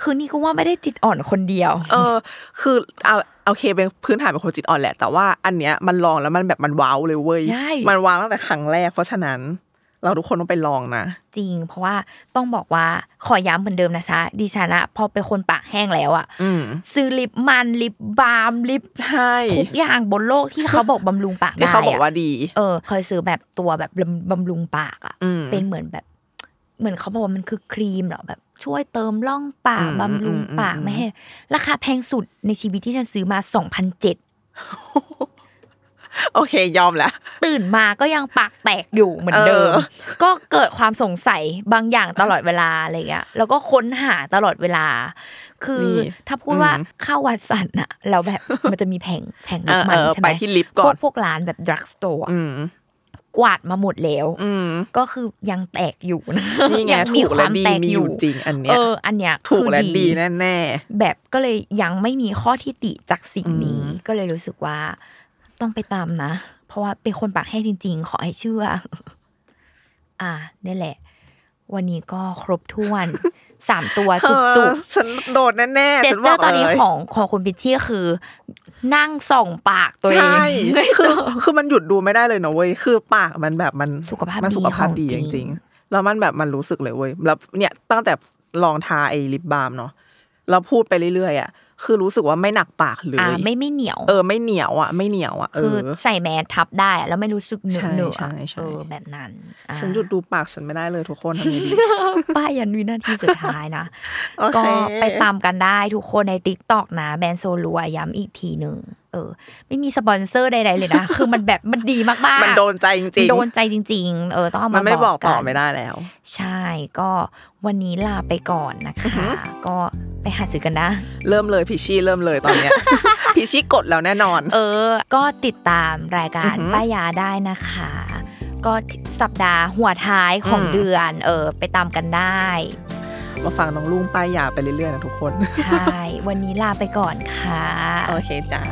S1: คือนี่ก็ว่าไม่ได้จิตอ่อนคนเดียว
S2: เออ คือเอาโอเคเป็นพื้นฐานเป็นคนจิตอ่อนแหละ แต่ว่าอันเนี้ยมันลองแล้วมันแบบมันว้าวเลยเว้ย
S1: ใช่
S2: มันว้าวตั้งแต่ครั้งแรก เพราะฉะนั้น เราทุกคนต้องไปลองนะ
S1: จริง เพราะว่าต้องบอกว่าขอย้ำเหมือนเดิมนะจ๊ะดิฉันอะพอเป็นคนปากแห้งแล้วอะ
S2: อืม
S1: ซื้อลิปมันลิปบาล์มลิป
S2: ใช่
S1: ทุกอย่างบนโลกที่เขาบอกบำรุงปาก
S2: ที่
S1: ได้
S2: เขาบอกว่า
S1: ะ
S2: ดี
S1: เออเคยซื้อแบบตัวแบบบำบำรุงปากอ่ะ
S2: อืม
S1: เป็นเหมือนแบบ เหมือนเขาบอกว่ามันคือครีมเหรอแบบ ช่วยเติมร่องปาก
S2: อืม
S1: บำรุงปาก
S2: อืม
S1: ไม่ให้ราคาแพงสุดในชีวิตที่ฉันซื้อมา2 0 0
S2: โอเคยอมแล้ว
S1: ตื่นมาก็ยังปากแตกอยู่เหมือนเดิม
S2: เออ
S1: ก็เกิดความสงสัยบางอย่างตลอดเวลาอะไรเงี้ยแล้วก็ค้นหาตลอดเวลา คือ ถ้าพูดว่าข้าววัดสันอะแล้วแบบมันจะมีแผงแผง
S2: เอ
S1: น้ำ
S2: อ
S1: มั
S2: เอน อ
S1: ใช่ไห
S2: ไป
S1: ม
S2: ที่ลิฟต์ก่อน
S1: พวกพวกร้านแบบ drugstore อะ
S2: อืม
S1: กวาดมาหมดแล้ว
S2: อืม
S1: ก็คือยังแตกอยู่นะ
S2: นี่ไง
S1: ยั
S2: ถูกและดีมีอยู่จริงอันเนี้
S1: เอย อ อันเนี้ย
S2: ถูก
S1: คือ
S2: และดีแน่
S1: แบบก็เลยยังไม่มีข้อที่ติจากสิ่งนี้
S2: อืม
S1: ก็เลยรู้สึกว่าต้องไปตามนะ เพราะว่าเป็นคนปากแห้งจริง ๆ ขอให้เชื่อ อ่านี่แหละ วันนี้ก็ครบถ้วน สามตัว
S2: ๆเธอ
S1: จุกๆ
S2: ฉันโดดแน่ๆ
S1: เจ
S2: ฉั
S1: ส
S2: น
S1: เต
S2: บ
S1: อ
S2: อก
S1: ร์ตอนนี้
S2: เลย
S1: ของของคุณพิชชี่คือ นั่งส่องปากตัวเอง
S2: ใช่
S1: ไม่
S2: คือ
S1: เจอ
S2: คือมันหยุดดูไม่ได้เลยเนอะเว้ยคือปากมันแบบมัน
S1: สุขภาพ
S2: มัน
S1: ดี
S2: สุขภาพดี
S1: ข
S2: จ
S1: องจริง
S2: ริงๆแล้วมันแบบมันรู้สึกเลยเว้ยแล้วเนี่ยตั้งแต่ลองทาไอ้ลิปบาล์มเนาะแล้วพูดไปเรื่อยๆอ่ะคือรู้สึกว่าไม่หนักปากเล
S1: อ่าย ไม่ไม่เหนียว
S2: เออไม่เหนียวอ่ะไม่เหนียวอ่ะเอ
S1: คือ
S2: อ
S1: ใส่แมสทับได้อะแล้วไม่รู้สึกเหนอะ
S2: ใช่
S1: เหนอะ
S2: ใช่
S1: อะ
S2: ใช่
S1: เออแบบนั้นอ่ะ
S2: ฉันหยุดดูปากฉันไม่ได้เลยทุกคนทำยังไงดี
S1: ป้ายันวินาทีสุดท้ายนะ
S2: โอเค
S1: ก็ไปตามกันได้ทุกคนใน t ิ k t o k นะ แบรนด์โซลัวย้ำอีกทีหนึ่งเออ ไม่มีสปอนเซอร์ใดๆเลยนะ คือมันแบบมันดีมากๆ
S2: มันโดนใจจริง
S1: โดนใจจริง ๆ เออต้องเอา
S2: ๆ
S1: มา
S2: มันไม่บอกต่อ
S1: กัน
S2: ไม่ได้แล้ว
S1: ใช่ก็วันนี้ลาไปก่อนนะคะ ก็ไปหาซื้อกันนะ
S2: เริ่มเลยพิชชี่เริ่มเลยต อนเนี้ย พิชชี่กดแล้วแน่นอน
S1: เออ ก็ติดตามรายการ
S2: อือหือ
S1: ป้ายาได้นะคะ ก็สัปดาห์หัวท้ายของ
S2: อืม
S1: เดือน เออ ไปตามกันได้
S2: มาฟังน้องลุงป้ายยาไปเรื่อยๆนะทุกคน
S1: ใช่ วันนี้ลาไปก่อนค่ะ
S2: โอเคจ้า